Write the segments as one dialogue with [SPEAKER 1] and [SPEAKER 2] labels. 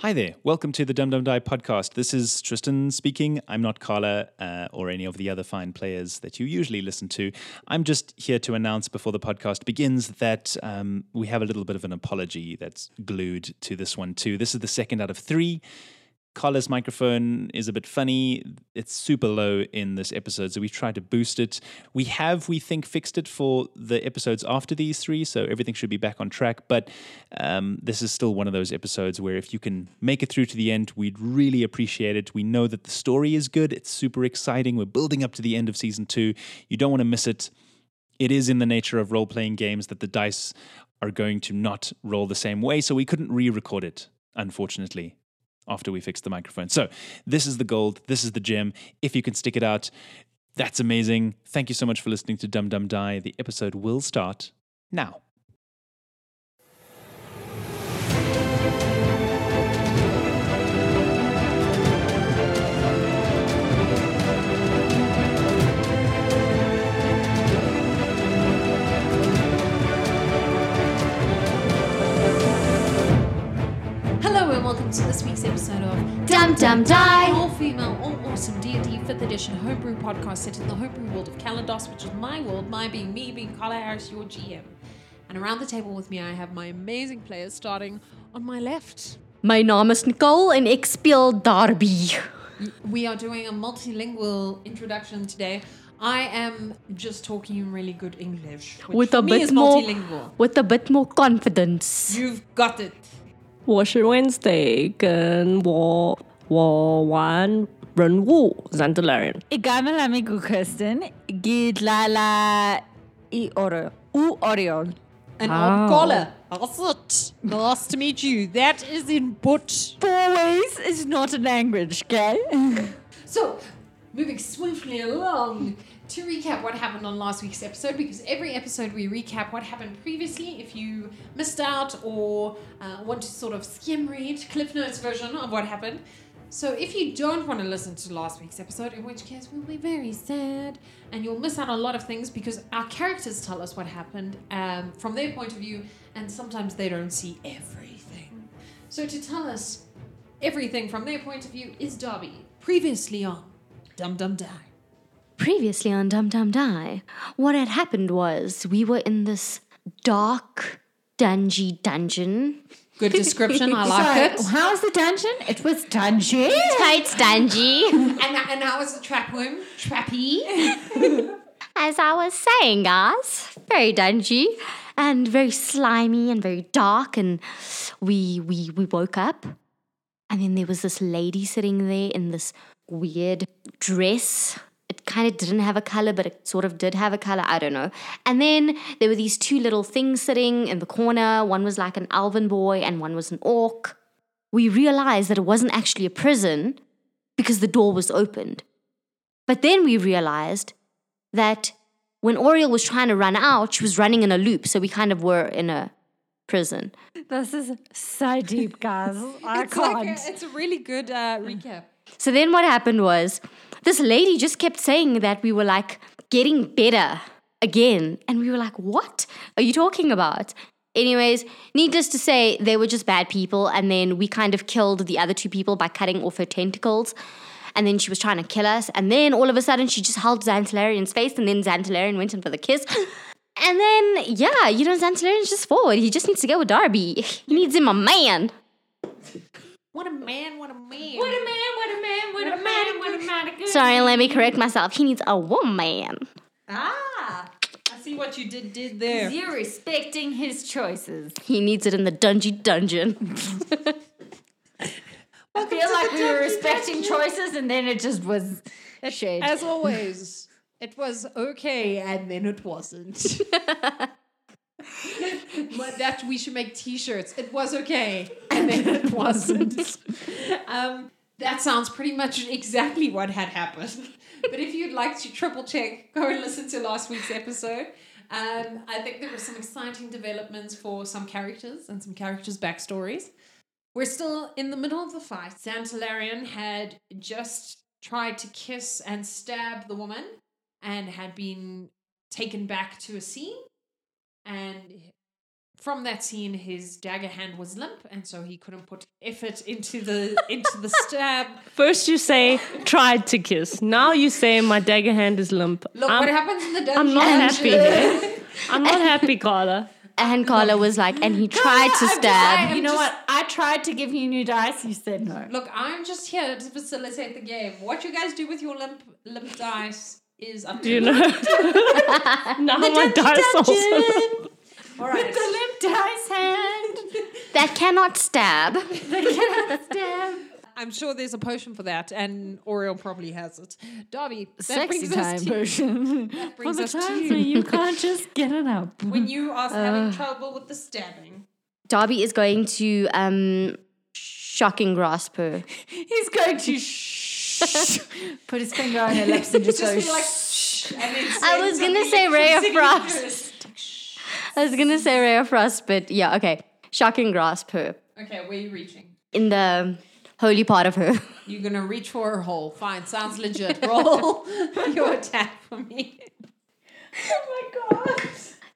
[SPEAKER 1] Hi there. Welcome to the Dum Dum Die podcast. This is Tristan speaking. I'm not Carla uh, or any of the other fine players that you usually listen to. I'm just here to announce before the podcast begins that um, we have a little bit of an apology that's glued to this one, too. This is the second out of three. Carla's microphone is a bit funny. It's super low in this episode, so we tried to boost it. We have, we think, fixed it for the episodes after these three, so everything should be back on track. But um, this is still one of those episodes where if you can make it through to the end, we'd really appreciate it. We know that the story is good, it's super exciting. We're building up to the end of season two. You don't want to miss it it is in the nature of role playing games that the dice are going to not roll the same way. So we couldn't re record it, unfortunately, after we fixed the microphone. So this is the gold. This is the gem. If you can stick it out, that's amazing. Thank you so much for listening to Dum Dum Die. The episode will start now.
[SPEAKER 2] Hello and welcome to this week's episode of
[SPEAKER 3] Dum Dum
[SPEAKER 2] an
[SPEAKER 3] Die.
[SPEAKER 2] all female, all awesome D&D 5th edition homebrew podcast set in the homebrew world of Kalados, which is my world, my being me, being Carla Harris, your GM. And around the table with me, I have my amazing players starting on my left.
[SPEAKER 3] My name is Nicole and ik speel Darby.
[SPEAKER 2] We are doing a multilingual introduction today. I am just talking in really good English, which
[SPEAKER 3] With
[SPEAKER 2] for
[SPEAKER 3] a
[SPEAKER 2] me
[SPEAKER 3] bit
[SPEAKER 2] is
[SPEAKER 3] more
[SPEAKER 2] multilingual.
[SPEAKER 3] with a bit more confidence.
[SPEAKER 2] You've got it.
[SPEAKER 4] 我是 Wednesday，跟我我玩人物 Zandalarian。
[SPEAKER 5] Ik ga mijn amigo Kirsten. Gid la la i oro. U oriol.
[SPEAKER 2] And I'm
[SPEAKER 5] Oh.
[SPEAKER 2] Carla. That's it. Nice to meet you. That is in Butch.
[SPEAKER 5] Four ways is not a language, okay?
[SPEAKER 2] So, moving swiftly along, to recap what happened on last week's episode, because every episode we recap what happened previously. If you missed out or uh, want to sort of skim read Cliff Notes version of what happened. So, if you don't want to listen to last week's episode, in which case we'll be very sad and you'll miss out on a lot of things because our characters tell us what happened um, from their point of view, and sometimes they don't see everything. So, to tell us Everything from their point of view is Darby. Previously on Dum Dum Die.
[SPEAKER 3] Previously on Dum Dum Die, what had happened was we were in this dark, dungy dungeon.
[SPEAKER 2] Good description. I like it.
[SPEAKER 5] How was the dungeon? It was dungeon.
[SPEAKER 3] Tight dungy.
[SPEAKER 2] And that, and that was the trap room. Trappy.
[SPEAKER 3] As I was saying, guys, very dungy and very slimy and very dark. And we we we woke up, and then there was this lady sitting there in this weird dress. It kind of didn't have a color, but it sort of did have a color. I don't know. And then there were these two little things sitting in the corner. One was like an elven boy, and one was an orc. We realized that it wasn't actually a prison because the door was opened. But then we realized that when Oriel was trying to run out, she was running in a loop. So we kind of were in a prison.
[SPEAKER 5] This is so deep, guys. I
[SPEAKER 2] It's
[SPEAKER 5] can't.
[SPEAKER 2] like a, it's a really good uh, recap.
[SPEAKER 3] So then what happened was this lady just kept saying that we were like getting better again. And we were like, what are you talking about? Anyways, needless to say, they were just bad people. And then we kind of killed the other two people by cutting off her tentacles. And then she was trying to kill us. And then all of a sudden, she just held Xantalarian's face. And then Xantalarian went in for the kiss. And then, yeah, you know, Xantalarian's just forward. He just needs to go with Darby. He needs him a man.
[SPEAKER 2] What a man, what a man. What a man, what a man, what, a man, what a man.
[SPEAKER 3] Sorry, let me correct myself. He needs a woman.
[SPEAKER 2] Ah, I see what you did did there.
[SPEAKER 5] You're respecting his choices.
[SPEAKER 3] He needs it in the dungy dungeon.
[SPEAKER 5] I feel like we were respecting choices and then it just was a shade.
[SPEAKER 2] As always, it was okay and then it wasn't. But that we should make t-shirts. It was okay and then it wasn't. Um, that sounds pretty much exactly what had happened. But if you'd like to triple check, go and listen to last week's episode. Um, I think there were some exciting developments for some characters and some characters' backstories. We're still in the middle of the fight. Santalarian had just tried to kiss and stab the woman and had been taken back to a scene. And From that scene, his dagger hand was limp, and so he couldn't put effort into the into the stab.
[SPEAKER 4] First you say tried to kiss. Now you say my dagger hand is limp.
[SPEAKER 2] Look
[SPEAKER 4] I'm,
[SPEAKER 2] what happens in the dungeon.
[SPEAKER 4] I'm not happy here. I'm not happy, Carla.
[SPEAKER 3] And Carla was like, and he tried to
[SPEAKER 2] I'm
[SPEAKER 3] stab.
[SPEAKER 2] just-
[SPEAKER 5] You know what? I tried to give you new dice. You said no.
[SPEAKER 2] Look, I'm just here to facilitate the game. What you guys do with your limp limp dice is up to
[SPEAKER 4] You
[SPEAKER 2] you.
[SPEAKER 4] know. now my dice also.
[SPEAKER 2] All right.
[SPEAKER 5] limp dice hand.
[SPEAKER 3] That cannot stab.
[SPEAKER 2] I'm sure there's a potion for that, and Oriel probably has it. Darby, that
[SPEAKER 5] Sexy
[SPEAKER 2] brings
[SPEAKER 5] time
[SPEAKER 2] us to,
[SPEAKER 5] version.
[SPEAKER 2] that
[SPEAKER 5] For
[SPEAKER 2] brings
[SPEAKER 5] the
[SPEAKER 2] us to
[SPEAKER 5] times
[SPEAKER 2] you.
[SPEAKER 5] when you can't just get it up.
[SPEAKER 2] when you are having trouble with the stabbing.
[SPEAKER 3] Darby is going to um shocking grasp her.
[SPEAKER 5] He's going to shh, put his finger on her lips and just,
[SPEAKER 2] Just
[SPEAKER 5] go
[SPEAKER 2] be like, shh, and then
[SPEAKER 3] I
[SPEAKER 2] say
[SPEAKER 3] was gonna
[SPEAKER 2] something
[SPEAKER 3] say Ray of
[SPEAKER 2] singing
[SPEAKER 3] Frost.
[SPEAKER 2] yours.
[SPEAKER 3] I was gonna say ray of frost, but yeah, okay. Shocking grasp her
[SPEAKER 2] Okay, where are you reaching?
[SPEAKER 3] in the holy part of her.
[SPEAKER 2] You're gonna reach for her hole. Fine, sounds legit. Roll your attack for me. Oh my god.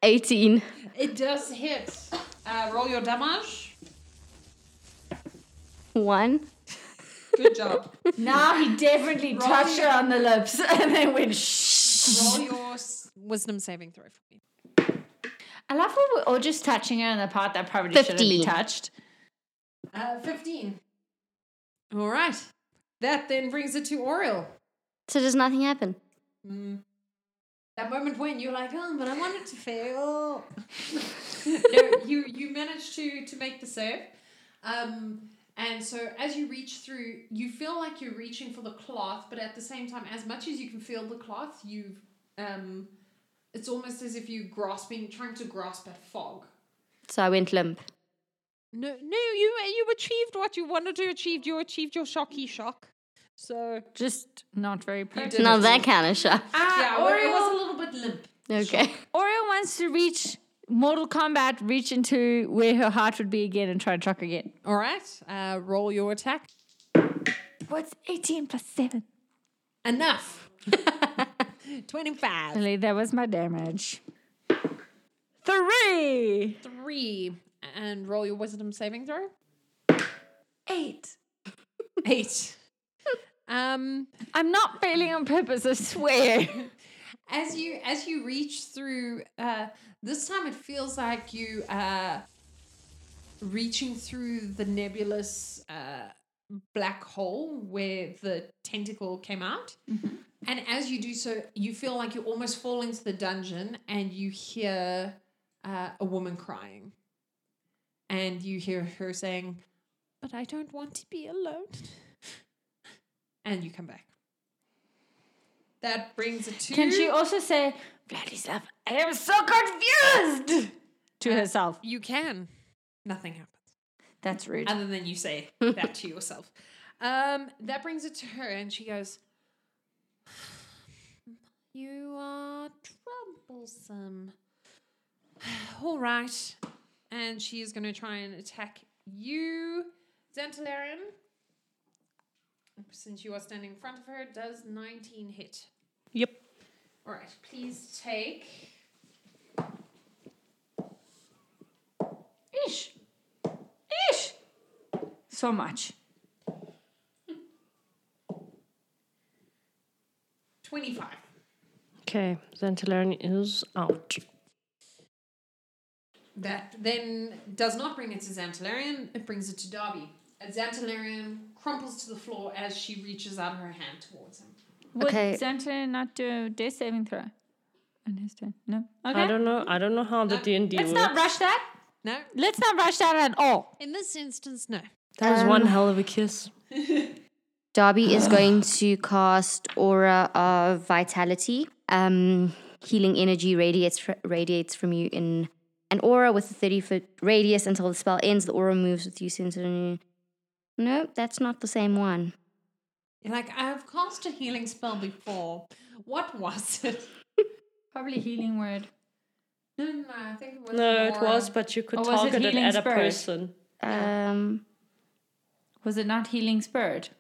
[SPEAKER 3] Eighteen.
[SPEAKER 2] It does hit. Uh, roll your damage.
[SPEAKER 3] One.
[SPEAKER 2] Good job.
[SPEAKER 5] Now he definitely
[SPEAKER 2] Roll
[SPEAKER 5] touched
[SPEAKER 2] your-
[SPEAKER 5] her on the lips and then went shh.
[SPEAKER 2] roll your s- wisdom saving throw for me.
[SPEAKER 5] I love how we're all just touching her in the part that probably shouldn't be
[SPEAKER 3] Fifteen.
[SPEAKER 5] touched.
[SPEAKER 2] Uh, 15. All right. That then brings it to Oriel.
[SPEAKER 3] So does nothing happen.
[SPEAKER 2] That moment when you're like, oh, but I wanted to fail. no, you you managed to to make the save, um, and so as you reach through, you feel like you're reaching for the cloth, but at the same time, as much as you can feel the cloth, you've um, it's almost as if you're grasping, trying to grasp at fog.
[SPEAKER 3] So I went limp.
[SPEAKER 2] No, no, you you achieved what you wanted to achieve. You achieved your shocky shock. So
[SPEAKER 5] Just not very pretty.
[SPEAKER 3] Now that kind of shock.
[SPEAKER 2] yeah, well, it was
[SPEAKER 5] Oriel-
[SPEAKER 2] a little bit limp.
[SPEAKER 3] Okay.
[SPEAKER 5] Oriel wants to reach Mortal Kombat, reach into where her heart would be again and try and shock again.
[SPEAKER 2] All right, uh, roll your attack.
[SPEAKER 5] What's 18 plus 7?
[SPEAKER 2] Enough. 25.
[SPEAKER 5] Really, that was my damage. Three!
[SPEAKER 2] Three. And roll your wisdom saving throw.
[SPEAKER 5] Eight.
[SPEAKER 2] Eight. um,
[SPEAKER 5] I'm not failing on purpose, I swear.
[SPEAKER 2] as you as you reach through, uh, this time it feels like you uh, reaching through the nebulous uh, black hole where the tentacle came out.
[SPEAKER 5] Mm-hmm.
[SPEAKER 2] And as you do so, you feel like you almost fall into the dungeon and you hear uh, a woman crying. And you hear her saying, But I don't want to be alone. And you come back. That brings it to
[SPEAKER 5] Can she also say, bloody stuff, I am so confused to herself? Uh,
[SPEAKER 2] You can. Nothing happens.
[SPEAKER 5] That's rude.
[SPEAKER 2] Other than you say that to yourself. Um, that brings it to her, and she goes, You are troublesome. All right. And she is going to try and attack you, Zantalarian. Since you are standing in front of her, does 19 hit?
[SPEAKER 4] Yep.
[SPEAKER 2] All right, please take.
[SPEAKER 5] Ish. Ish. So much.
[SPEAKER 2] 25.
[SPEAKER 4] Okay, Zantilarian is out.
[SPEAKER 2] That then does not bring it to Xantalarian, it brings it to Darby. And Xantalarian crumples to the floor as she reaches out her hand towards him.
[SPEAKER 5] Would
[SPEAKER 3] Okay.
[SPEAKER 5] Xantar not do a death saving throw? On his turn? No. Okay.
[SPEAKER 4] I don't know. I don't know how the D and D
[SPEAKER 5] Let's
[SPEAKER 4] works.
[SPEAKER 5] not rush that.
[SPEAKER 2] No?
[SPEAKER 5] Let's not rush that at all.
[SPEAKER 2] In this instance, no.
[SPEAKER 4] that was
[SPEAKER 3] Um,
[SPEAKER 4] one hell of a kiss.
[SPEAKER 3] Darby is going to cast Aura of Vitality. Um, healing energy radiates fr- radiates from you in an aura with a 30 foot radius until the spell ends. The aura moves with you. since- Nope, that's not the same one.
[SPEAKER 2] You're like, I've cast a healing spell before. What was it?
[SPEAKER 5] Probably healing word.
[SPEAKER 2] No, no, no, I think it was.
[SPEAKER 4] No, it
[SPEAKER 2] more- um,
[SPEAKER 4] was, but you could
[SPEAKER 5] Or was it
[SPEAKER 4] target it,
[SPEAKER 5] healing
[SPEAKER 4] at a
[SPEAKER 5] spirit?
[SPEAKER 4] person.
[SPEAKER 3] Um,
[SPEAKER 5] Was it not healing spirit?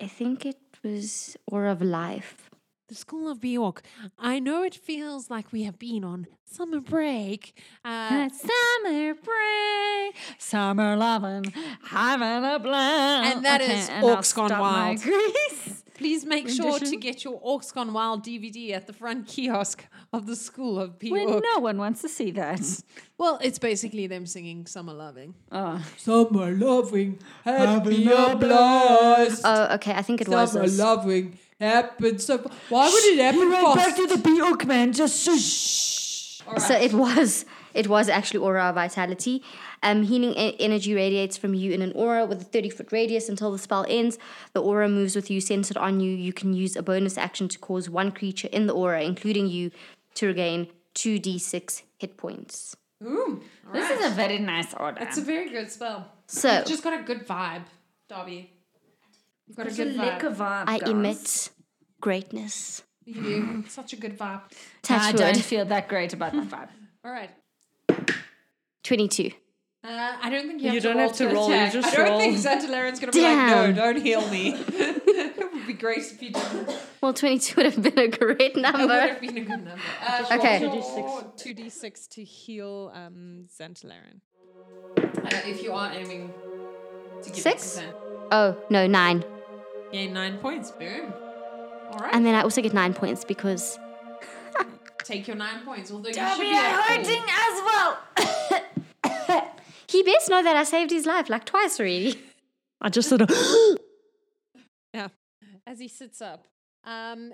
[SPEAKER 3] I think it was Aura of Life.
[SPEAKER 6] the School of Bjork. I know it feels like we have been on summer break. Uh,
[SPEAKER 5] summer break, summer loving, having a blast.
[SPEAKER 6] And that is
[SPEAKER 5] and I'll
[SPEAKER 6] Orcs Gone
[SPEAKER 5] stop my
[SPEAKER 6] Wild.
[SPEAKER 5] Grease.
[SPEAKER 6] please make sure to
[SPEAKER 5] rendition?
[SPEAKER 6] get your Orcs Gone Wild DVD at the front kiosk of the School of
[SPEAKER 5] when
[SPEAKER 6] Bjork.
[SPEAKER 5] no one wants to see that.
[SPEAKER 6] Well, it's basically them singing Summer Loving.
[SPEAKER 5] Oh.
[SPEAKER 6] Summer Loving,
[SPEAKER 1] Having a blast.
[SPEAKER 3] Oh, okay. I think it was.
[SPEAKER 6] Summer
[SPEAKER 3] this.
[SPEAKER 6] loving happened so. Why would it happen fast?
[SPEAKER 5] to the Bjork man. Just shush.
[SPEAKER 3] So it was it was actually aura of vitality. Um, healing e- energy radiates from you in an aura with a 30 foot radius until the spell ends. The aura moves with you centered on you. You can use a bonus action to cause one creature in the aura, including you, to regain 2d6 hit points.
[SPEAKER 6] Ooh, all
[SPEAKER 5] This
[SPEAKER 6] right.
[SPEAKER 5] is a very nice order.
[SPEAKER 6] It's a very good spell.
[SPEAKER 3] So
[SPEAKER 6] It's just got a good vibe, Darby. You've got a
[SPEAKER 5] It's
[SPEAKER 6] good vibe.
[SPEAKER 5] liquor vibe,
[SPEAKER 3] I
[SPEAKER 5] guys.
[SPEAKER 3] emit greatness.
[SPEAKER 6] You do. Such a good vibe.
[SPEAKER 5] I
[SPEAKER 3] Touch
[SPEAKER 5] don't
[SPEAKER 3] wood.
[SPEAKER 5] feel that great about my vibe.
[SPEAKER 6] All right.
[SPEAKER 3] 22.
[SPEAKER 6] Uh, I don't think you,
[SPEAKER 4] You
[SPEAKER 6] have
[SPEAKER 4] don't
[SPEAKER 6] to roll
[SPEAKER 4] have to
[SPEAKER 6] to
[SPEAKER 4] roll, you
[SPEAKER 6] attack.
[SPEAKER 4] just
[SPEAKER 6] I don't
[SPEAKER 4] roll.
[SPEAKER 6] think Xantalarian's going to be like,
[SPEAKER 3] Damn.
[SPEAKER 6] no, don't heal me. it would be great if you didn't. It
[SPEAKER 3] Well, 22 would have been a great
[SPEAKER 6] would
[SPEAKER 3] number.
[SPEAKER 6] have been a good number. Uh,
[SPEAKER 3] Okay.
[SPEAKER 2] Two d six to heal um, Xantalaren.
[SPEAKER 6] Uh, if you are aiming to give
[SPEAKER 3] Six?
[SPEAKER 6] it to Xan.
[SPEAKER 3] Oh, no, nine.
[SPEAKER 6] Gain nine points. Boom. All right.
[SPEAKER 3] And then I also get nine points because
[SPEAKER 6] Take your nine points. Although you should
[SPEAKER 5] Dobby,
[SPEAKER 6] be
[SPEAKER 5] I'm
[SPEAKER 6] at full.
[SPEAKER 5] hurting as well.
[SPEAKER 3] he best know that I saved his life like twice already.
[SPEAKER 4] I just sort of.
[SPEAKER 2] Yeah. As he sits up. Um,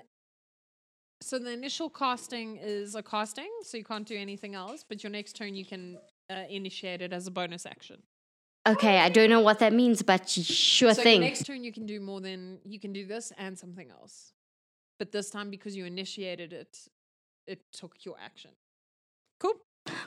[SPEAKER 2] so the initial casting is a casting, so you can't do anything else. But your next turn, you can uh, initiate it as a bonus action.
[SPEAKER 3] Okay, I don't know what that means, but sure
[SPEAKER 2] so
[SPEAKER 3] thing.
[SPEAKER 2] your next turn, you can do more than you can do this and something else. But this time, because you initiated it, it took your action. Cool.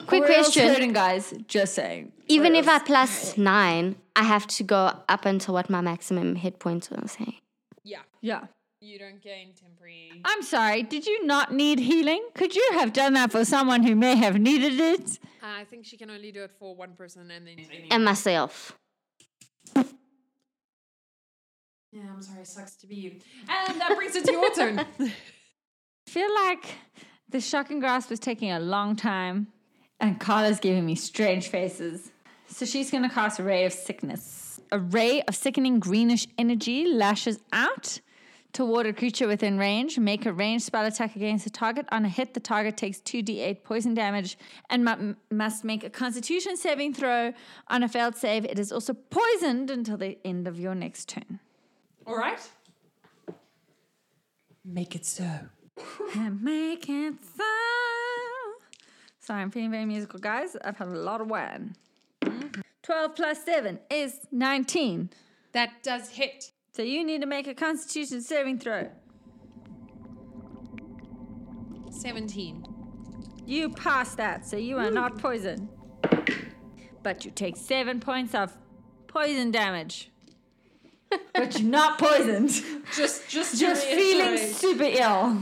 [SPEAKER 3] Quick
[SPEAKER 5] We're all
[SPEAKER 3] question.
[SPEAKER 5] hurting, guys. Just saying.
[SPEAKER 3] Even if I plus nine, I have to go up until what my maximum hit points was. Hey?
[SPEAKER 2] Yeah.
[SPEAKER 5] Yeah.
[SPEAKER 2] You don't gain temporary.
[SPEAKER 5] I'm sorry. Did you not need healing? Could you have done that for someone who may have needed it?
[SPEAKER 2] I think she can only do it for one person, and then
[SPEAKER 3] And myself.
[SPEAKER 6] Yeah, I'm sorry. Sucks to be you. And that brings it to your turn.
[SPEAKER 5] I feel like the shocking grasp is taking a long time, and Carla's giving me strange faces. So she's going to cast a ray of sickness. A ray of sickening greenish energy lashes out toward a creature within range. Make a ranged spell attack against the target. On a hit, the target takes 2d8 poison damage and mu- must make a constitution saving throw. On a failed save, it is also poisoned until the end of your next turn.
[SPEAKER 6] All right. Make it so.
[SPEAKER 5] and make it so. Sorry, I'm feeling very musical, guys. I've had a lot of wine. 12 plus 7 is 19.
[SPEAKER 2] that does hit.
[SPEAKER 5] So you need to make a constitution saving throw.
[SPEAKER 2] Seventeen.
[SPEAKER 5] You pass that, so you are not poisoned. But you take 7 points of poison damage. but you're not poisoned.
[SPEAKER 6] Just, just, to
[SPEAKER 5] Just feeling
[SPEAKER 6] reiterate.
[SPEAKER 5] super ill.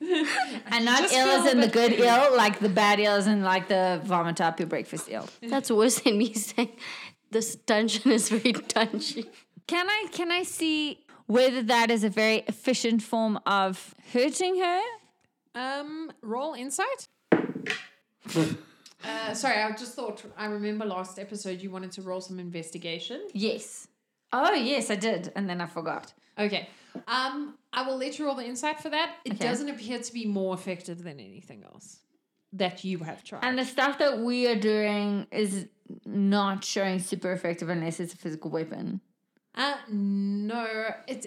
[SPEAKER 5] and not
[SPEAKER 6] Just
[SPEAKER 5] ill
[SPEAKER 6] feel
[SPEAKER 5] as
[SPEAKER 6] a
[SPEAKER 5] in the
[SPEAKER 6] bit
[SPEAKER 5] good ill, like the bad ill as in like the vomit up your breakfast ill.
[SPEAKER 3] That's worse than me saying this dungeon is very dungy.
[SPEAKER 5] Can I can I see whether that is a very efficient form of hurting her?
[SPEAKER 2] Um, roll insight.
[SPEAKER 6] Uh, sorry, I just thought I remember last episode you wanted to roll some investigation.
[SPEAKER 5] Yes. Oh yes, I did, and then I forgot.
[SPEAKER 6] Okay. Um, I will let you roll the insight for that. It
[SPEAKER 5] Okay.
[SPEAKER 6] doesn't appear to be more effective than anything else that you have tried.
[SPEAKER 5] And the stuff that we are doing is not showing super effective unless it's a physical weapon.
[SPEAKER 6] uh, no, it's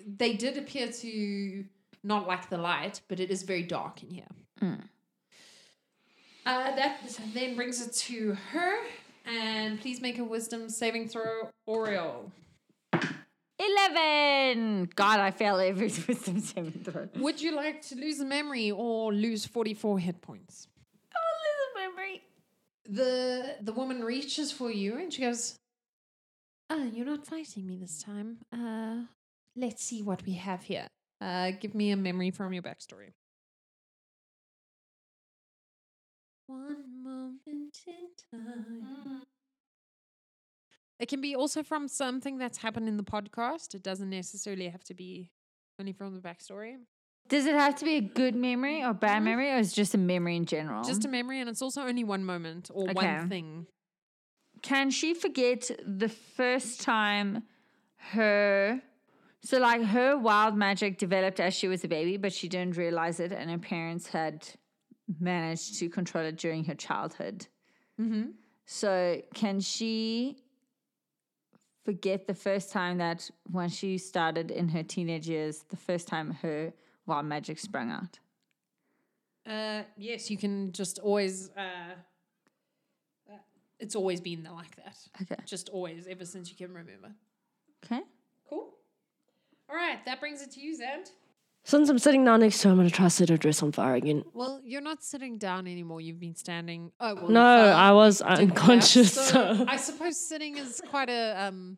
[SPEAKER 6] they did appear to not like the light, but it is very dark in here. Uh, that then brings it to her, and please make a wisdom saving throw, Oriole.
[SPEAKER 5] Eleven. God, I fail every wisdom saving throw. Oh,
[SPEAKER 2] Would you like to lose a memory or lose forty-four hit points?
[SPEAKER 5] little memory.
[SPEAKER 6] the the woman reaches for you and she goes,
[SPEAKER 2] Ah, you're not fighting me this time. Uh, let's see what we have here. Uh, give me a memory from your backstory. One moment in time. It can be also from something that's happened in the podcast. It doesn't necessarily have to be Only from the backstory.
[SPEAKER 5] Does it have to be a good memory or bad memory, or is it just Mm-hmm. a memory in general?
[SPEAKER 2] Just a memory, and it's also only one moment or
[SPEAKER 5] Okay.
[SPEAKER 2] one thing.
[SPEAKER 5] Can she forget the first time her so like her wild magic developed as she was a baby, but she didn't realize it, and her parents had managed to control it during her childhood.
[SPEAKER 2] Mm-hmm.
[SPEAKER 5] So can she forget the first time that when she started in her teenage years, the first time her wild magic sprung out?
[SPEAKER 2] Uh, yes, you can just always. Uh, uh, it's always been like that.
[SPEAKER 5] Okay.
[SPEAKER 2] Just always, ever since you can remember.
[SPEAKER 5] Okay.
[SPEAKER 2] Cool. All right, that brings it to you, Zand.
[SPEAKER 4] Since I'm sitting down next to her, I'm gonna try to set her dress on fire again.
[SPEAKER 2] Well, you're not sitting down anymore. You've been standing. Oh, well, you
[SPEAKER 4] No,
[SPEAKER 2] fell.
[SPEAKER 4] I was
[SPEAKER 2] didn't collapse,
[SPEAKER 4] unconscious.
[SPEAKER 2] So I suppose sitting is quite a um,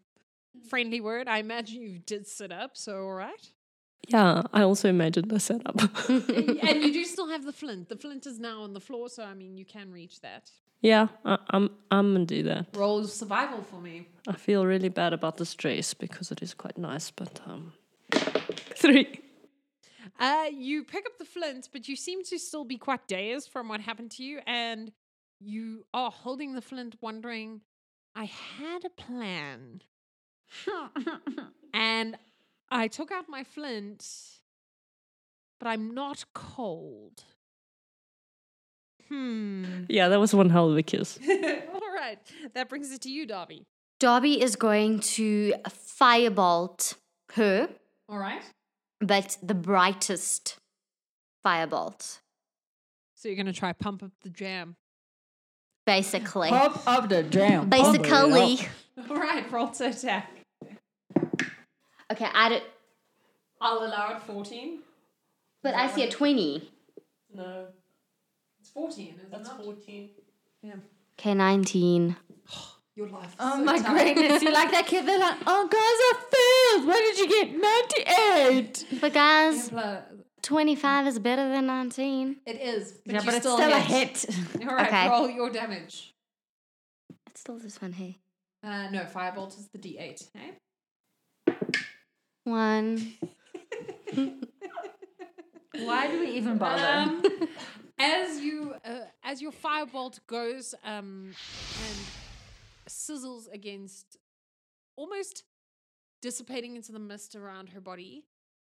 [SPEAKER 2] friendly word. I imagine you did sit up, so all right.
[SPEAKER 4] yeah, I also imagined a setup.
[SPEAKER 2] and you do still have the flint. The flint is now on the floor, so I mean you can reach that.
[SPEAKER 4] yeah, I, I'm I'm gonna do that.
[SPEAKER 6] Roll survival for me.
[SPEAKER 4] I feel really bad about this dress because it is quite nice, but um, three.
[SPEAKER 2] Uh, you pick up the flint, but you seem to still be quite dazed from what happened to you, and you are holding the flint, wondering, I had a plan. and I took out my flint, but I'm not cold. Hmm.
[SPEAKER 4] Yeah, that was one hell of a kiss.
[SPEAKER 2] All right. That brings it to you, Darby.
[SPEAKER 3] Darby is going to firebolt her,
[SPEAKER 6] All right.
[SPEAKER 3] but the brightest firebolt,
[SPEAKER 2] So you're going to try pump up the jam.
[SPEAKER 3] basically.
[SPEAKER 5] up the jam.
[SPEAKER 3] Basically.
[SPEAKER 6] All right. Roll to attack.
[SPEAKER 3] Okay, I don't,
[SPEAKER 6] I'll allow it. Fourteen.
[SPEAKER 3] but I see a 20.
[SPEAKER 6] No. It's fourteen. Isn't That's fourteen.
[SPEAKER 3] Okay, 19.
[SPEAKER 6] Your life.
[SPEAKER 5] Oh my goodness, you like that kid? They're like, oh, guys, I failed. Why did you get 98?
[SPEAKER 3] But guys, 25 is better than 19.
[SPEAKER 6] It is. But
[SPEAKER 5] yeah,
[SPEAKER 6] you
[SPEAKER 5] but it's
[SPEAKER 6] still
[SPEAKER 5] still a
[SPEAKER 6] hit.
[SPEAKER 5] hit.
[SPEAKER 6] All right.
[SPEAKER 3] Okay.
[SPEAKER 6] Roll your damage.
[SPEAKER 3] It's still this one here.
[SPEAKER 6] Uh, no, firebolt is the D8. eh?
[SPEAKER 3] One.
[SPEAKER 5] Why do we even bother?
[SPEAKER 2] Um, as you uh, as your firebolt goes um, and sizzles against, almost dissipating into the mist around her body,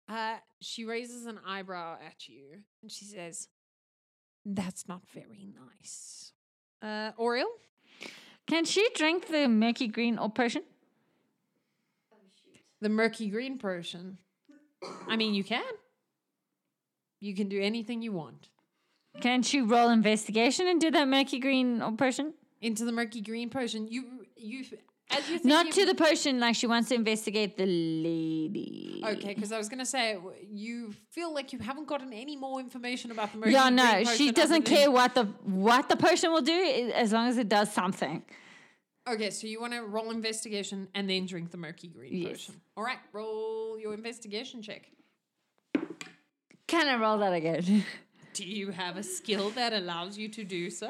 [SPEAKER 2] uh, she raises an eyebrow at you and she says, "That's not very nice." Uh, Oriel,
[SPEAKER 5] Can she drink the murky green or potion?
[SPEAKER 2] the murky green potion. I mean, you can. You can do anything you want.
[SPEAKER 5] Can she roll investigation and do that murky green or potion?
[SPEAKER 2] into the murky green potion. You you as you
[SPEAKER 5] Not to the potion, like she wants to investigate the lady.
[SPEAKER 2] okay because I was gonna say w- you feel like you haven't gotten any more information about the murky
[SPEAKER 5] Yeah,
[SPEAKER 2] green
[SPEAKER 5] no,
[SPEAKER 2] potion
[SPEAKER 5] she
[SPEAKER 2] other
[SPEAKER 5] doesn't
[SPEAKER 2] than-
[SPEAKER 5] care what the what the potion will do i- as long as it does something.
[SPEAKER 2] Okay, so you want to roll investigation and then drink the murky green
[SPEAKER 5] Yes.
[SPEAKER 2] potion. All right, roll your investigation check.
[SPEAKER 5] Can I roll that again?
[SPEAKER 2] Do you have a skill that allows you to do so?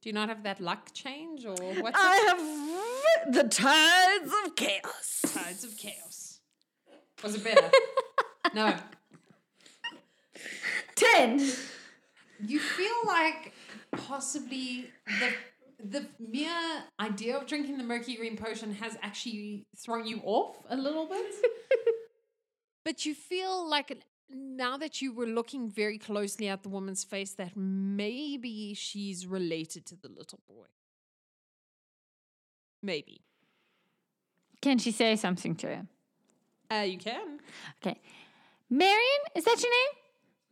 [SPEAKER 2] Do you not have that luck change or what's the
[SPEAKER 5] I have the tides of chaos.
[SPEAKER 2] tides of chaos? Was it better? no,
[SPEAKER 5] Ten.
[SPEAKER 6] You feel like possibly the the mere
[SPEAKER 2] idea of drinking the murky green potion has actually thrown you off a little bit. but you feel like now that you were looking very closely at the woman's face, that maybe she's related to the little boy. Maybe.
[SPEAKER 5] Can she say something to him?
[SPEAKER 2] Uh, you can.
[SPEAKER 5] Okay. Marion, is that your name?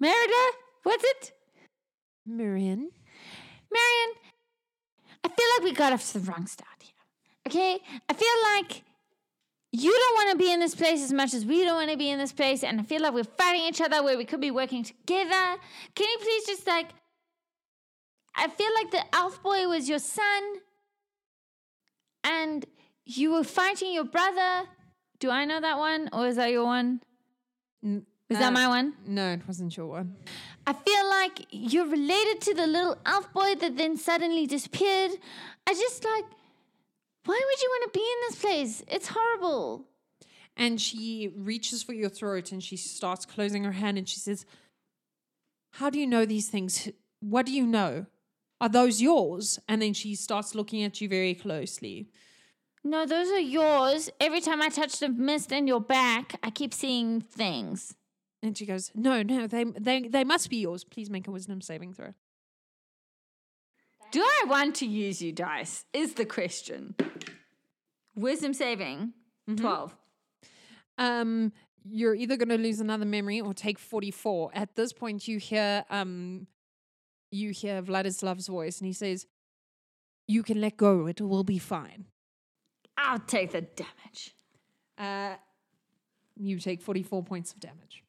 [SPEAKER 5] Merida? What's it?
[SPEAKER 2] Marion.
[SPEAKER 5] Marion, I feel like we got off to the wrong start here. Okay? I feel like you don't want to be in this place as much as we don't want to be in this place, and I feel like we're fighting each other where we could be working together. Can you please just like. I feel like the elf boy was your son, and you were fighting your brother. Do I know that one, or is that your one? Was that my one?
[SPEAKER 2] No, it wasn't your one.
[SPEAKER 5] I feel like you're related to the little elf boy that then suddenly disappeared. I just like, why would you want to be in this place? It's horrible.
[SPEAKER 2] and she reaches for your throat and she starts closing her hand and she says, How do you know these things? What do you know? Are those yours? And then she starts looking at you very closely.
[SPEAKER 5] No, those are yours. Every time I touch the mist in your back, I keep seeing things.
[SPEAKER 2] And she goes, No, no, they, they, they must be yours. Please make a wisdom saving throw.
[SPEAKER 5] Do I want to use you, dice? Is the question. Wisdom saving, 12.
[SPEAKER 2] um, you're either going to lose another memory or take 44. At this point, you hear um, you hear Vladislav's voice, and he says, "You can let go. It will be fine."
[SPEAKER 5] I'll take the damage.
[SPEAKER 2] Uh, you take 44 points of damage.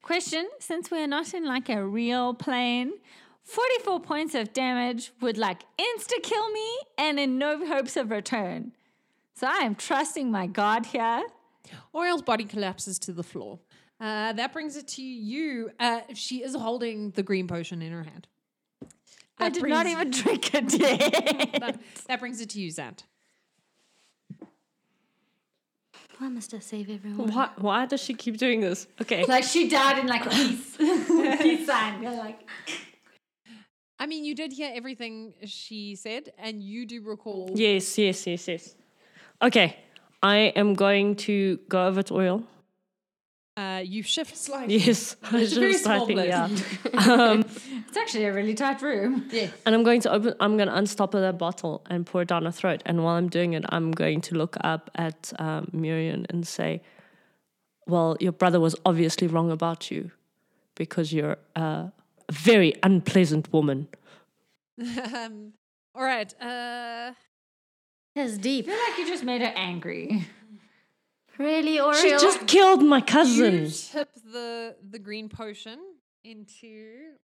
[SPEAKER 5] Question Since we're not in like a real plane, 44 points of damage would like insta kill me and in no hopes of return. So I am trusting my God here.
[SPEAKER 2] Oriel's body collapses to the floor. Uh, that brings it to you. Uh, she is holding the green potion in her hand.
[SPEAKER 5] I did not even drink it yet.
[SPEAKER 2] That, that brings it to you, Zant.
[SPEAKER 3] Why must I save everyone?
[SPEAKER 4] Why, why does she keep doing this? Okay.
[SPEAKER 5] like she died in like a peace. peace sign. You're like,
[SPEAKER 2] I mean, you did hear everything she said, and you do recall.
[SPEAKER 4] Yes, yes, yes, yes. Okay. I am going to go over to oil.
[SPEAKER 2] Uh, you shift slightly.
[SPEAKER 4] Yes. I
[SPEAKER 6] It's a very
[SPEAKER 4] just
[SPEAKER 6] small
[SPEAKER 4] typing,
[SPEAKER 6] blade.
[SPEAKER 4] yeah.
[SPEAKER 5] it's actually a really tight room.
[SPEAKER 4] And I'm going to open I'm gonna unstopper that bottle and pour it down her throat. And while I'm doing it, I'm going to look up at um, Murian and say, Well, your brother was obviously wrong about you because you're uh, a very unpleasant woman.
[SPEAKER 2] um, all right. Uh,
[SPEAKER 3] That's deep.
[SPEAKER 5] I feel like you just made her angry.
[SPEAKER 3] Really, Oriel?
[SPEAKER 4] She just killed my
[SPEAKER 2] you
[SPEAKER 4] cousin.
[SPEAKER 2] tip the the green potion into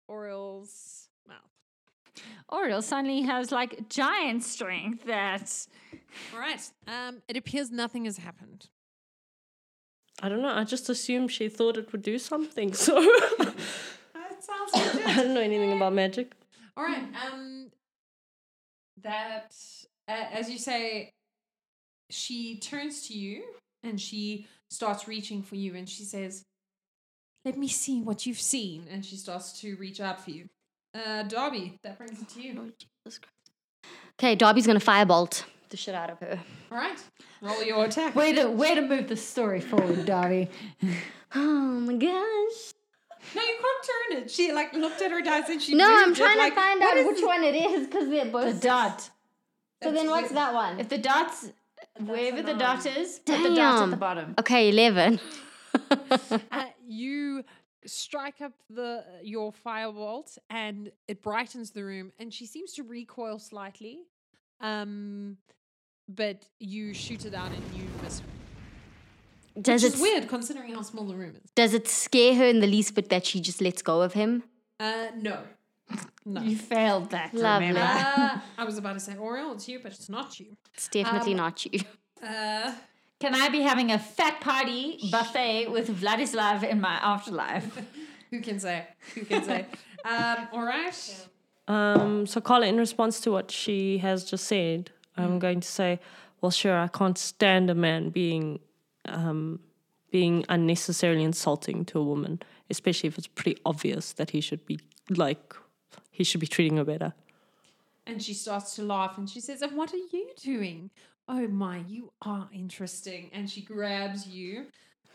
[SPEAKER 2] Oriel's mouth.
[SPEAKER 5] Oriel suddenly has like giant strength that
[SPEAKER 2] All right. Um, it appears nothing has happened.
[SPEAKER 4] I don't know. I just assumed she thought it would do something. So
[SPEAKER 2] That sounds legit.
[SPEAKER 4] I don't know anything about magic.
[SPEAKER 2] All right. Um, that uh, as you say, she turns to you and she starts reaching for you, and she says, "Let me see what you've seen." And she starts to reach out for you. Uh, Darby, that brings it to
[SPEAKER 3] Oh,
[SPEAKER 2] you.
[SPEAKER 3] Okay, Darby's gonna firebolt the shit out of her.
[SPEAKER 2] All right, roll your attack.
[SPEAKER 5] way to way to move the story forward, Darby.
[SPEAKER 3] Oh my gosh.
[SPEAKER 2] No, you can't turn it. She like looked at her dice and she.
[SPEAKER 3] No, I'm
[SPEAKER 2] moved it,
[SPEAKER 3] trying
[SPEAKER 2] like,
[SPEAKER 3] to find
[SPEAKER 2] what
[SPEAKER 3] out
[SPEAKER 2] is
[SPEAKER 3] which
[SPEAKER 2] this?
[SPEAKER 3] one it is because they're
[SPEAKER 5] the
[SPEAKER 3] both.
[SPEAKER 5] dot.
[SPEAKER 3] so then what's that one?
[SPEAKER 5] If the dots wherever the dot is, put the dot at
[SPEAKER 3] Damn.
[SPEAKER 5] the bottom.
[SPEAKER 3] Okay, 11.
[SPEAKER 2] Uh, you strike up the your firebolt and it brightens the room and she seems to recoil slightly um but you shoot her down and you miss her
[SPEAKER 3] Does
[SPEAKER 2] which
[SPEAKER 3] it,
[SPEAKER 2] is weird considering how small the room is
[SPEAKER 3] does it scare her in the least bit that she just lets go of him?
[SPEAKER 2] uh no no
[SPEAKER 5] You failed that.
[SPEAKER 3] Lovely.
[SPEAKER 5] Remember?
[SPEAKER 2] uh, i was about to say oriole it's you but it's not you
[SPEAKER 3] It's
[SPEAKER 5] Um,
[SPEAKER 3] definitely not you.
[SPEAKER 2] uh
[SPEAKER 5] Can I be having a fat party buffet with Vladislav in my afterlife?
[SPEAKER 2] who can say who can say um all right
[SPEAKER 4] Um, so Carla, in response to what she has just said, I'm
[SPEAKER 6] Mm.
[SPEAKER 4] going to say, well, sure, I can't stand a man being, um, being unnecessarily insulting to a woman, especially if it's pretty obvious that he should be like, he should be treating her better.
[SPEAKER 2] And she starts to laugh and she says, And what are you doing? Oh my, you are interesting. And she grabs you.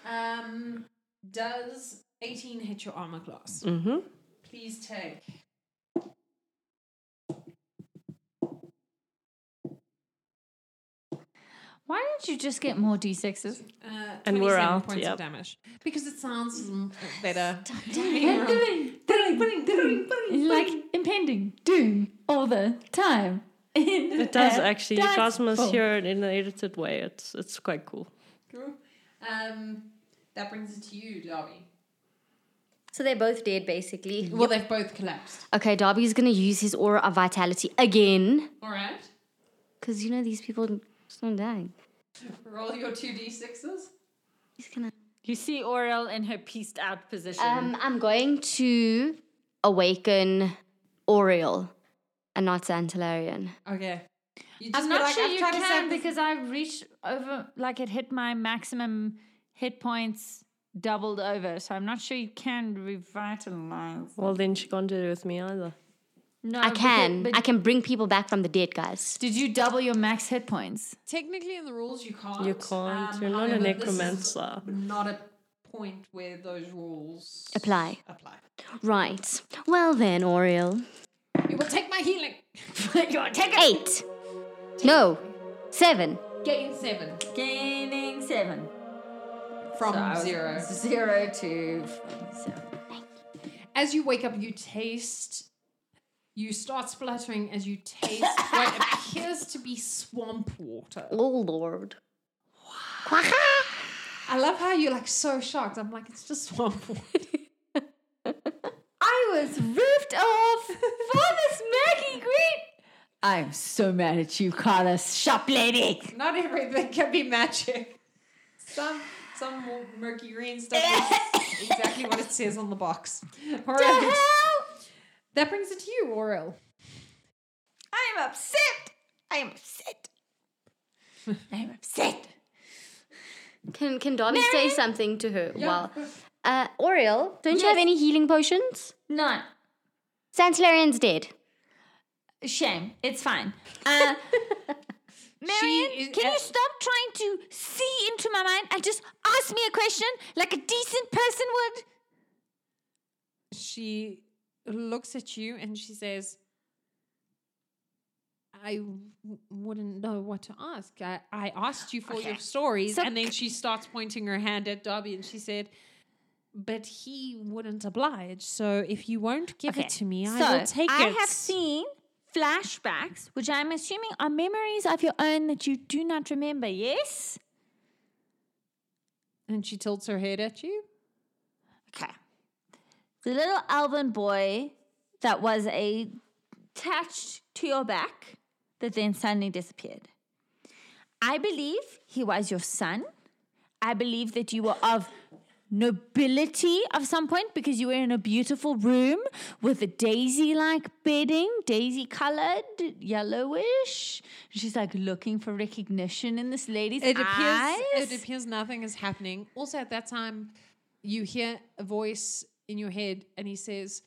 [SPEAKER 2] Um, does 18 hit your armor class?
[SPEAKER 4] Mm-hmm.
[SPEAKER 2] Please take.
[SPEAKER 5] Why don't you just get more d6s?
[SPEAKER 2] Uh,
[SPEAKER 4] And we're
[SPEAKER 2] 27
[SPEAKER 4] out,
[SPEAKER 2] points
[SPEAKER 4] yep.
[SPEAKER 2] of damage because it sounds mm, better.
[SPEAKER 5] like impending doom all the time.
[SPEAKER 4] It
[SPEAKER 5] It
[SPEAKER 4] does actually. You guys must hear it in an edited way. It's it's quite cool.
[SPEAKER 2] Cool. Um, that brings it to you, Darby.
[SPEAKER 3] So they're both dead, basically.
[SPEAKER 2] Well, they've both collapsed.
[SPEAKER 3] Okay, Darby's gonna use his aura of vitality again.
[SPEAKER 2] All right.
[SPEAKER 3] Because you know, these people just don't die.
[SPEAKER 2] Roll your two d6s.
[SPEAKER 3] He's gonna.
[SPEAKER 5] You see Oriel in her pieced out position.
[SPEAKER 3] Um, I'm going to awaken Oriel and not Santillarian.
[SPEAKER 2] Okay.
[SPEAKER 6] You
[SPEAKER 5] I'm
[SPEAKER 6] be
[SPEAKER 5] not
[SPEAKER 6] like,
[SPEAKER 5] sure
[SPEAKER 6] "I've
[SPEAKER 5] you
[SPEAKER 6] tried to
[SPEAKER 5] can
[SPEAKER 6] save this
[SPEAKER 5] because I reached over, like it hit my maximum hit points doubled over. So I'm not sure you can revitalize.
[SPEAKER 4] Well, then she can't do it with me either.
[SPEAKER 5] No,
[SPEAKER 3] I can.
[SPEAKER 5] But,
[SPEAKER 3] I can bring people back from the dead, guys.
[SPEAKER 5] Did you double your max hit points?
[SPEAKER 2] Technically, in the rules,
[SPEAKER 6] rules, you can't.
[SPEAKER 4] You can't.
[SPEAKER 6] Um,
[SPEAKER 4] You're not a
[SPEAKER 6] however, this is
[SPEAKER 4] necromancer.
[SPEAKER 6] Not a point where those rules
[SPEAKER 3] Apply.
[SPEAKER 6] apply.
[SPEAKER 3] Right. Well then, Oriel.
[SPEAKER 6] You will take my healing.
[SPEAKER 3] Eight. No. Seven.
[SPEAKER 6] Gain seven
[SPEAKER 5] Gaining seven.
[SPEAKER 6] from
[SPEAKER 5] So I was
[SPEAKER 6] zero.
[SPEAKER 5] Zero to seven.
[SPEAKER 6] As you wake up, you taste. You start spluttering as you taste what appears to be swamp water.
[SPEAKER 3] Oh Lord.
[SPEAKER 6] I love how you're like so shocked. I'm like, it's just swamp water.
[SPEAKER 5] I was ripped off for this Maggie Green. I'm so mad at you, Carla, shop lady.
[SPEAKER 6] Not everything can be magic. Some some murky green stuff is exactly what it says on the box. All right. That brings it to you, Oril.
[SPEAKER 5] I'm upset. I'm upset. I'm upset.
[SPEAKER 3] Can can Dobby say something to her?
[SPEAKER 6] Yeah.
[SPEAKER 3] Well, uh, Oriel, don't you have any healing potions?
[SPEAKER 5] No,
[SPEAKER 3] Sansalarian's dead.
[SPEAKER 5] shame. It's fine. Uh, Marion,
[SPEAKER 6] She is-
[SPEAKER 5] can you stop trying to see into my mind and just ask me a question like a decent person would?
[SPEAKER 2] she looks at you and she says, I w- wouldn't know what to ask. I, I asked you for your stories.
[SPEAKER 5] So-
[SPEAKER 2] and then she starts pointing her hand at Darby and she said, But he wouldn't oblige. So if you won't give
[SPEAKER 5] Okay,
[SPEAKER 2] it to me,
[SPEAKER 5] so
[SPEAKER 2] I will take
[SPEAKER 5] I
[SPEAKER 2] it.
[SPEAKER 5] have seen flashbacks, which I'm assuming are memories of your own that you do not remember. Yes.
[SPEAKER 2] and she tilts her head at you.
[SPEAKER 5] Okay. The little Alvin boy that was a attached to your back that then suddenly disappeared. I believe he was your son. I believe that you were of nobility of some point because you were in a beautiful room with a daisy like bedding, daisy colored, yellowish. She's like looking for recognition in this lady's
[SPEAKER 2] It
[SPEAKER 5] eyes.
[SPEAKER 2] appears, it appears nothing is happening. Also, at that time, you hear a voice in your head, and he says,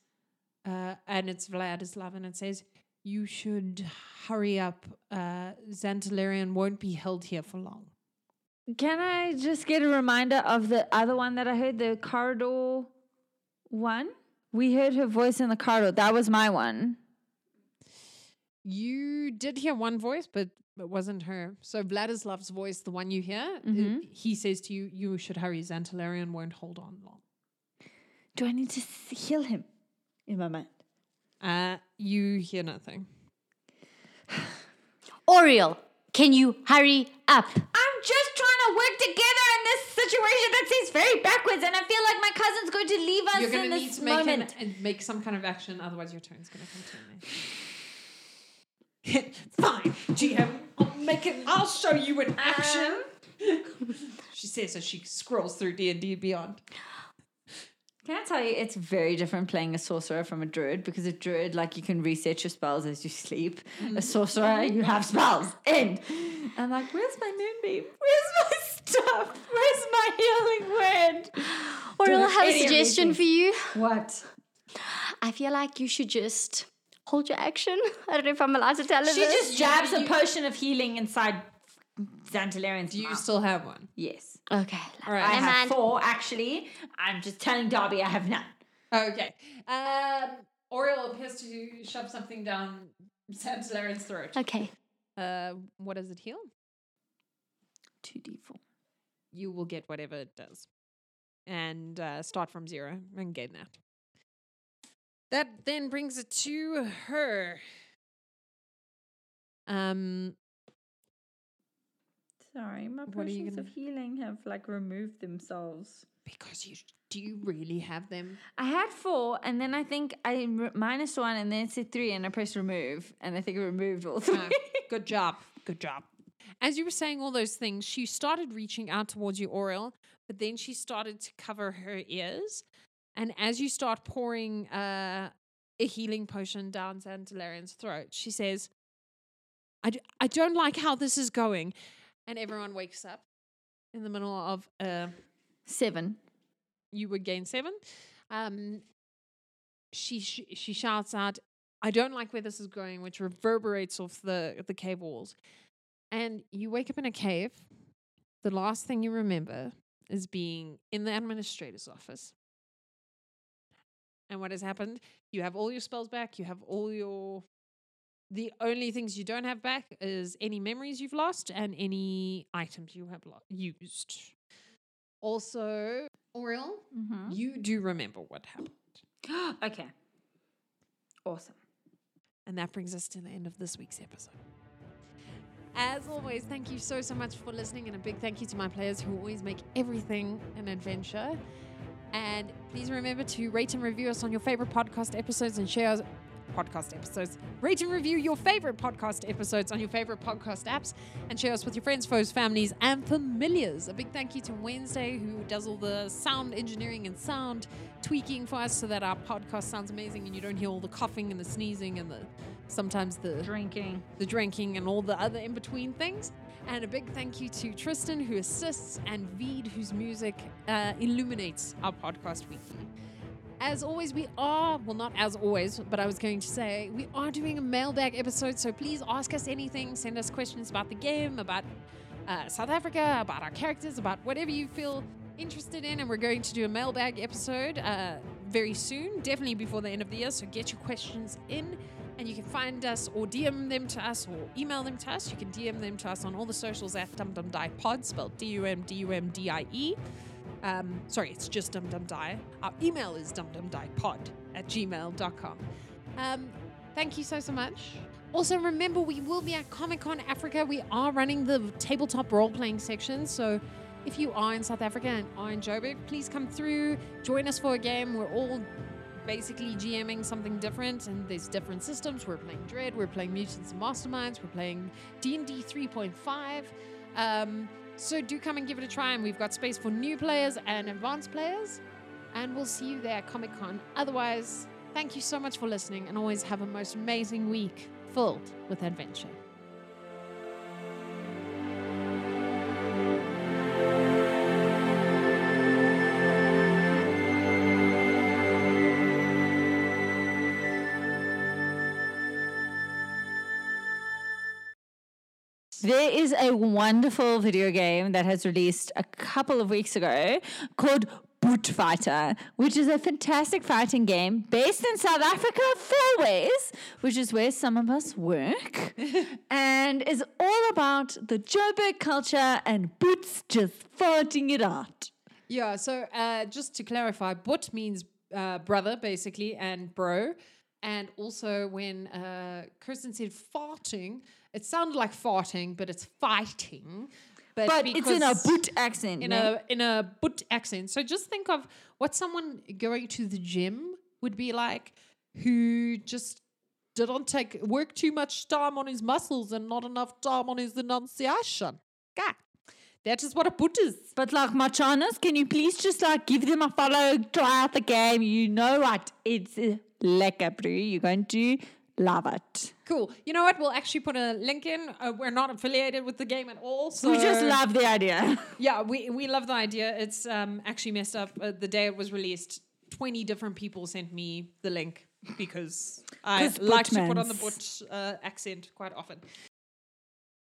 [SPEAKER 2] uh, and it's Vladislav, and it says, You should hurry up. Uh, Xantalarian won't be held here for long.
[SPEAKER 5] Can I just get a reminder of the other one that I heard, the corridor one? We heard her voice in the corridor. That was my one.
[SPEAKER 2] You did hear one voice, but it wasn't her. So, Vladislav's voice, the one you hear, i-
[SPEAKER 5] Mhm.
[SPEAKER 2] he says to you, You should hurry. Xantalarian won't hold on long.
[SPEAKER 5] Do I need to s- heal him? In my mind.
[SPEAKER 2] Uh, you hear nothing.
[SPEAKER 3] Oriel, can you hurry up?
[SPEAKER 5] I'm just trying to work together in this situation that seems very backwards, and I feel like my cousin's going to leave us
[SPEAKER 2] You're
[SPEAKER 5] in
[SPEAKER 2] going to need
[SPEAKER 5] this
[SPEAKER 2] to make, an,
[SPEAKER 5] moment.
[SPEAKER 2] and make some kind of action, otherwise, your turn's going to come to an end.
[SPEAKER 6] Fine, GM. I'll make it. I'll show you an action.
[SPEAKER 2] Uh,
[SPEAKER 6] she says as she scrolls through D and D Beyond.
[SPEAKER 5] Can I tell you, it's very different playing a sorcerer from a druid because a druid, like, you can reset your spells as you sleep. A sorcerer, you have spells. End. I'm like, where's my moonbeam? Where's my stuff? Where's my healing word?
[SPEAKER 3] Oriel, I have a
[SPEAKER 5] any of these
[SPEAKER 3] suggestion for you.
[SPEAKER 5] What?
[SPEAKER 3] I feel like you should just hold your action. I don't know if I'm allowed to tell her
[SPEAKER 5] She
[SPEAKER 3] this.
[SPEAKER 5] just jabs a potion of healing inside Xantalarian's
[SPEAKER 2] Do you
[SPEAKER 5] mouth.
[SPEAKER 2] still have one?
[SPEAKER 5] Yes.
[SPEAKER 3] Okay.
[SPEAKER 2] All right.
[SPEAKER 5] I
[SPEAKER 3] Hey, man.
[SPEAKER 5] have four, actually. I'm just telling Darby I have none.
[SPEAKER 2] Okay. Um, Oriel appears to shove something down Santalarian's throat.
[SPEAKER 3] Okay.
[SPEAKER 2] Uh, what does it heal?
[SPEAKER 5] 2d4.
[SPEAKER 2] You will get whatever it does. And uh, start from zero and gain that. That then brings it to her. Um,
[SPEAKER 5] Sorry, my
[SPEAKER 2] What are you gonna-
[SPEAKER 5] healing have like removed themselves.
[SPEAKER 2] because you do you really have them?
[SPEAKER 5] I had four, and then I think I re- minus one, and then it said three, and I pressed remove, and I think it removed all three.
[SPEAKER 2] No. Good job. Good job. As you were saying all those things, she started reaching out towards you, Oriel, but then she started to cover her ears. And as you start pouring uh, a healing potion down Zantalarian's throat, she says, I, d- I don't like how this is going. And everyone wakes up in the middle of uh,
[SPEAKER 5] Seven.
[SPEAKER 2] you would gain seven. Um, she sh- she shouts out, "I don't like where this is going," which reverberates off the the cave walls. And you wake up in a cave. The last thing you remember is being in the administrator's office. And what has happened? You have all your spells back. You have all your. The only things you don't have back is any memories you've lost and any items you have lo- used. Also, Oriel,
[SPEAKER 5] Mm-hmm.
[SPEAKER 2] you do remember what happened.
[SPEAKER 5] okay. Awesome.
[SPEAKER 2] And that brings us to the end of this week's episode. As always, thank you so, so much for listening, and a big thank you to my players who always make everything an adventure. And please remember to rate and review us on your favorite podcast episodes and share us. Podcast episodes. Rate and review your favorite podcast episodes on your favorite podcast apps and share us with your friends, foes, families, and familiars. A big thank you to Wednesday, who does all the sound engineering and sound tweaking for us so that our podcast sounds amazing and you don't hear all the coughing and the sneezing and the sometimes the
[SPEAKER 5] Drinking.
[SPEAKER 2] the drinking and all the other in between things. And a big thank you to Tristan, who assists, and Veed, whose music uh, illuminates our podcast weekly. As always, we are, well, not as always, but I was going to say, we are doing a mailbag episode, so please ask us anything. Send us questions about the game, about uh, South Africa, about our characters, about whatever you feel interested in. And we're going to do a mailbag episode uh, very soon, definitely before the end of the year, so get your questions in. And you can find us or DM them to us or email them to us. You can DM them to us on all the socials at Dum Dum Die Pod, spelled D U M D U M D I E. Um, sorry, it's just Dum Dum Die. Our email is dumdumdiepod at gmail.com. Um, thank you so, so much. Also, remember, we will be at Comic Con Africa. We are running the tabletop role playing section. So if you are in South Africa and are in Joburg, please come through, join us for a game. We're all basically GMing something different, and there's different systems. We're playing Dread, we're playing Mutants and Masterminds, we're playing D&D 3.5. Um, so do come and give it a try, and we've got space for new players and advanced players. And we'll see you there at Comic Con. Otherwise, thank you so much for listening, and always have a most amazing week filled with adventure.
[SPEAKER 5] There is a wonderful video game that has released a couple of weeks ago called Boot Fighter, which is a fantastic fighting game based in South Africa, Fairways, which is where some of us work, and is all about the Joburg culture and boots just fighting it out.
[SPEAKER 2] Yeah, so uh, just to clarify, but means uh, brother, basically, and bro. And also, when uh, Kirsten said farting, it sounded like farting, but it's fighting. But,
[SPEAKER 5] But it's in a
[SPEAKER 2] because-
[SPEAKER 5] boot accent.
[SPEAKER 2] in
[SPEAKER 5] mate.
[SPEAKER 2] a in a but accent. So just think of what someone going to the gym would be like, who just didn't take work too much time on his muscles and not enough time on his enunciation. God, that is what a but is.
[SPEAKER 5] But like Machanas, can you please just like give them a follow, try out the game? You know what? It's uh, lekker, bro. You're going to love it.
[SPEAKER 2] Cool. You know what? We'll actually put a link in. Uh, we're not affiliated with the game at all. So
[SPEAKER 5] We just love the idea.
[SPEAKER 2] Yeah, we we love the idea. It's um actually messed up. Uh, the day it was released, twenty different people sent me the link because I
[SPEAKER 5] 'Cause
[SPEAKER 2] like to put on the
[SPEAKER 5] Bootmans.
[SPEAKER 2] Butch uh, accent quite often.